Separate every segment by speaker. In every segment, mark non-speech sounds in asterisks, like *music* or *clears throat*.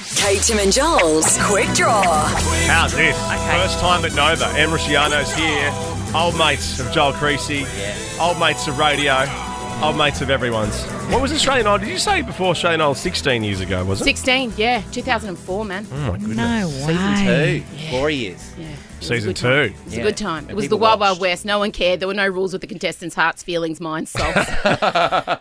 Speaker 1: Kate, Tim, and Joel's Quick Draw.
Speaker 2: How's this? First time at Nova. Em Rusciano's here. Old mates of Joel Creasy. Old mates of radio. Old mates of everyone's. What was Australian Idol? Did you say before Australian Idol 16 years ago, was it?
Speaker 3: 16, yeah, 2004, man.
Speaker 2: Oh my goodness.
Speaker 4: No way.
Speaker 5: Two. Four years.
Speaker 3: Yeah, it was a
Speaker 2: Season
Speaker 3: good
Speaker 2: two.
Speaker 3: time. It was
Speaker 5: Yeah.
Speaker 3: a good time. It
Speaker 5: And
Speaker 3: was the
Speaker 5: people
Speaker 3: Wild Wild
Speaker 5: watched.
Speaker 3: West. No one cared. There were no rules with the contestants' hearts, feelings, minds,
Speaker 5: *laughs*
Speaker 3: souls.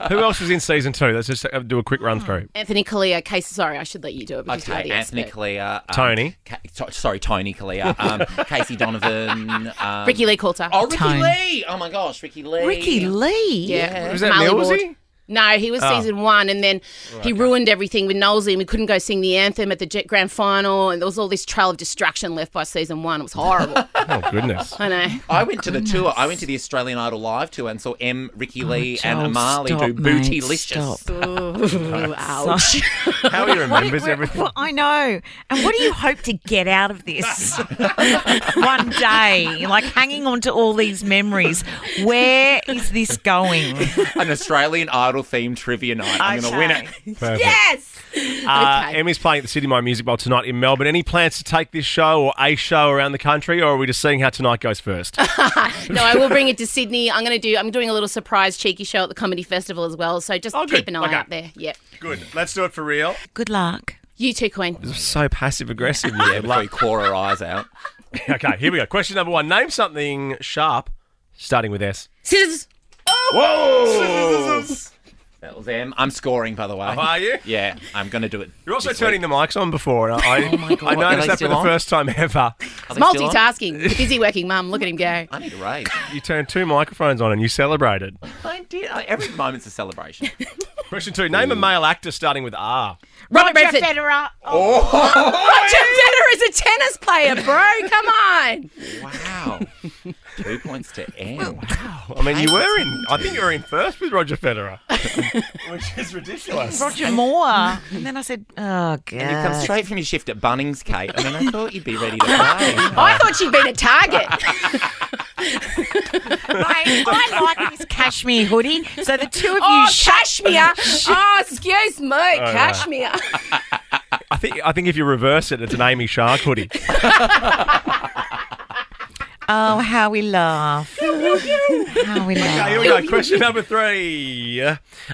Speaker 2: Who else was in season two? Let's just uh, do a quick run through.
Speaker 3: Anthony Kalia, case. Sorry, I should let you do it because you're
Speaker 5: Okay,
Speaker 3: the
Speaker 5: Anthony
Speaker 3: expert.
Speaker 5: Kalia. um,
Speaker 2: Tony.
Speaker 5: Ca- to- sorry, Tony Kalia. Um, *laughs* Casey Donovan. Um,
Speaker 3: Ricky Lee Coulter.
Speaker 5: Oh, Ricky
Speaker 4: Tony.
Speaker 5: Lee. Oh, my gosh, Ricky Lee.
Speaker 4: Ricky Lee.
Speaker 3: yeah.
Speaker 2: Was that
Speaker 3: Marley
Speaker 2: Millsy?
Speaker 3: Ward. No, he
Speaker 5: Oh.
Speaker 3: was season one, and then he ruined everything with Knowlesy, and we couldn't go sing the anthem at the Jet Grand Final, and there was all this trail of destruction left by season one. It was
Speaker 5: *laughs*
Speaker 3: horrible.
Speaker 2: Oh goodness.
Speaker 3: I know.
Speaker 5: I went to the tour. I went to the Australian Idol live tour and saw M, Ricky Lee, and
Speaker 4: Oh, Joel,
Speaker 5: Amali
Speaker 4: stop,
Speaker 5: do booty
Speaker 4: mate,
Speaker 5: licious. Oh,
Speaker 4: stop.
Speaker 3: Ooh, ouch.
Speaker 4: *laughs*
Speaker 2: How he remembers
Speaker 4: Where-
Speaker 2: everything.
Speaker 4: well, I know. And what do you hope to get out of
Speaker 5: *laughs*
Speaker 4: this one day? Like hanging on to all these memories. Where is this going?
Speaker 5: *laughs* An Australian Idol themed trivia night. I'm going to win it.
Speaker 2: Perfect.
Speaker 4: Yes.
Speaker 2: Uh,
Speaker 3: Okay.
Speaker 2: Emmy's playing at the City My Music Bowl tonight in Melbourne. Any plans to take this show or a show around the country, or are we just seeing how tonight goes first?
Speaker 3: No, I will bring it to Sydney. I'm going to do. I'm doing a little surprise cheeky show at the comedy festival as well. So just
Speaker 2: Oh, good.
Speaker 3: keep an eye
Speaker 2: Okay.
Speaker 3: out there. Yep.
Speaker 2: *laughs* Good. Let's do it for real.
Speaker 4: Good luck.
Speaker 3: You too, Queen.
Speaker 2: So passive *laughs* aggressive. Yeah,
Speaker 5: Before you claw our eyes out.
Speaker 2: okay, here we go. Question number one. Name something sharp starting with S.
Speaker 3: Scissors.
Speaker 5: Oh!
Speaker 2: Whoa!
Speaker 5: That was M. I'm scoring, by the way.
Speaker 2: Oh, Are you?
Speaker 5: Yeah, I'm going to do it.
Speaker 2: You're also
Speaker 5: this week. Oh
Speaker 2: turning the mics on before. and
Speaker 5: *laughs*
Speaker 2: I,
Speaker 5: my God.
Speaker 2: I
Speaker 5: Are
Speaker 2: noticed
Speaker 5: they
Speaker 2: that for
Speaker 5: still
Speaker 2: the
Speaker 5: on?
Speaker 2: first time ever.
Speaker 5: Are they still on?
Speaker 3: Multitasking. Busy working mum. Look at him go.
Speaker 5: I need
Speaker 4: *laughs*
Speaker 5: a raise.
Speaker 2: You turned two microphones on and you celebrated.
Speaker 5: I did. I- Every moment's a celebration.
Speaker 2: Question two. Name a male actor starting with R.
Speaker 3: Robert
Speaker 4: Roger
Speaker 3: Redford.
Speaker 4: Federer.
Speaker 3: Roger Federer is a tennis player, bro. Come on.
Speaker 5: *laughs* Wow. Two points to M.
Speaker 2: I mean, you were in. I think you were in first with Roger
Speaker 5: *laughs*
Speaker 2: Federer, which is ridiculous.
Speaker 4: Roger Moore. And then I said, oh,
Speaker 5: You come
Speaker 4: God.
Speaker 5: straight from your shift at Bunnings, Kate. I mean, I thought you'd be ready to play.
Speaker 3: I thought she'd been a target.
Speaker 4: Mate, I like this cashmere hoodie. So the two of you
Speaker 3: Oh,
Speaker 4: shut
Speaker 3: cashmere. Oh, excuse me, cashmere.
Speaker 2: I think. I think if you reverse it, it's an Amy Shark
Speaker 5: *laughs*
Speaker 2: hoodie.
Speaker 4: Oh, how we laugh. how we
Speaker 2: Okay, here we
Speaker 4: laugh.
Speaker 2: go. Question number three.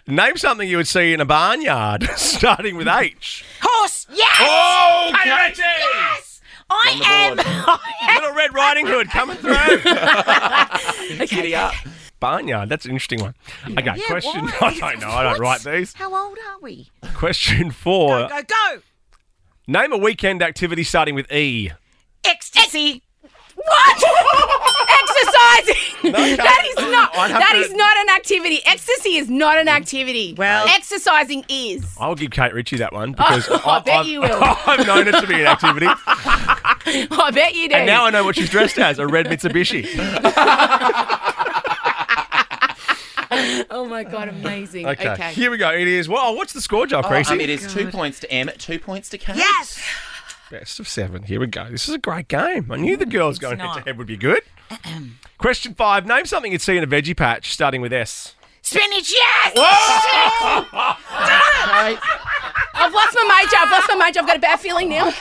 Speaker 2: Name something you would see in a barnyard *laughs* starting with H.
Speaker 4: Horse, yes!
Speaker 2: Oh, Katie!
Speaker 4: Yes!
Speaker 5: Oh.
Speaker 4: I am.
Speaker 5: the
Speaker 4: *laughs* I
Speaker 2: Little Red Riding Hood coming through.
Speaker 5: Giddy up.
Speaker 2: *laughs* Barnyard. That's an interesting one. Okay,
Speaker 4: am. Yeah,
Speaker 2: question.
Speaker 4: why?
Speaker 2: *laughs* I don't know. I don't write
Speaker 4: What's-
Speaker 2: these.
Speaker 4: How old are we?
Speaker 2: Question four.
Speaker 5: Uh.
Speaker 4: Go, go!
Speaker 2: Name a weekend activity starting with E.
Speaker 4: Ecstasy.
Speaker 3: *laughs* What? *laughs* Exercising. that is not.
Speaker 2: I'd have
Speaker 3: That
Speaker 2: to- Mm.
Speaker 3: is not an activity. Ecstasy is not an activity.
Speaker 4: Well-
Speaker 3: exercising is. *laughs*
Speaker 2: I'll give Kate Ritchie that one *laughs* because Oh, I,
Speaker 3: bet
Speaker 2: I've-
Speaker 3: you will.
Speaker 2: *laughs* I've known it to be an *laughs* activity,
Speaker 3: I bet you do.
Speaker 2: and now I know what she's dressed as—a red Mitsubishi.
Speaker 3: oh my god, amazing.
Speaker 2: *laughs* Okay.
Speaker 3: Okay.
Speaker 2: here we go. It is. Well, what's the score, Joe Creasy?
Speaker 5: Um, it is two points to M, two points to Kate.
Speaker 4: Yes!
Speaker 2: Best of seven. Here we go. This is a great game. I knew the girls going head
Speaker 4: not.
Speaker 2: to head would be *clears throat* good. Question five. Name something you'd see in a veggie patch starting with S.
Speaker 4: Spinach, yes!
Speaker 5: Kate,
Speaker 3: I've lost my major. I've lost my major. I've got a bad feeling now.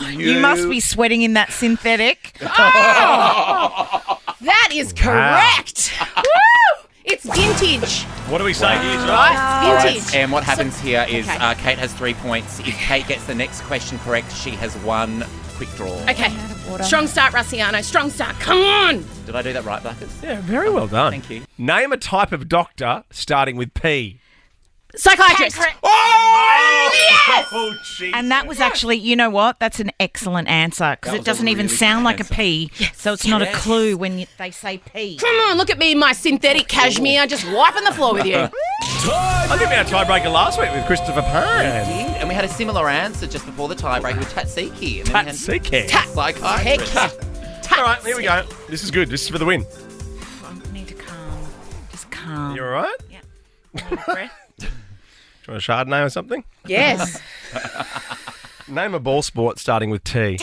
Speaker 4: You must be sweating in that synthetic.
Speaker 3: That is
Speaker 2: Wow. *laughs*
Speaker 3: correct. Woo! It's vintage,
Speaker 2: What do we say here, Joe?
Speaker 3: right? Vintage.
Speaker 5: And what happens here is
Speaker 3: Okay.
Speaker 5: uh, Kate has three points. If Kate gets the next question correct, she has one quick draw.
Speaker 3: Okay. Strong start, Rossiano. Strong start. Come on.
Speaker 5: Did I do that right, Marcus?
Speaker 2: Yeah, very well done.
Speaker 5: Thank you.
Speaker 2: Name a type of doctor starting with P.
Speaker 3: Psychiatrist.
Speaker 2: Oh!
Speaker 3: Yes!
Speaker 2: Oh, jeez.
Speaker 4: And that was actually, you know what? That's an excellent answer because it
Speaker 5: was a
Speaker 4: doesn't even
Speaker 5: really
Speaker 4: sound
Speaker 5: good
Speaker 4: like
Speaker 5: answer.
Speaker 4: a P. So it's not a clue when you, they say P.
Speaker 3: Come on. Look at me in my synthetic cashmere, just wiping the floor with you.
Speaker 2: I think we had a tiebreaker last week with Christopher Pine.
Speaker 5: And we had a similar answer just before the tiebreak with Tatsiki. And then we had
Speaker 2: Tatsiki.
Speaker 5: Psychiatrist.
Speaker 2: All right, here we go. This is good. This is for the win.
Speaker 4: I need to calm. Just calm.
Speaker 2: You all right? Do *laughs*
Speaker 4: breath.
Speaker 2: you want a Chardonnay or something?
Speaker 3: Yes.
Speaker 2: Name a ball sport starting with T.
Speaker 3: Tennis.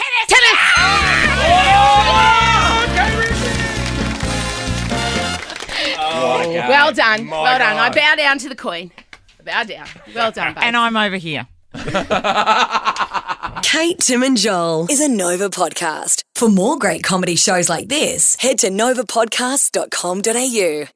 Speaker 3: Well done.
Speaker 2: my
Speaker 3: well done.
Speaker 2: God.
Speaker 3: I bow down to the Queen. I bow down. Well done, babe.
Speaker 4: And I'm over here.
Speaker 1: Kate, Tim, and Joel is a Nova podcast. For more great comedy shows like this, head to novapodcast.com.au.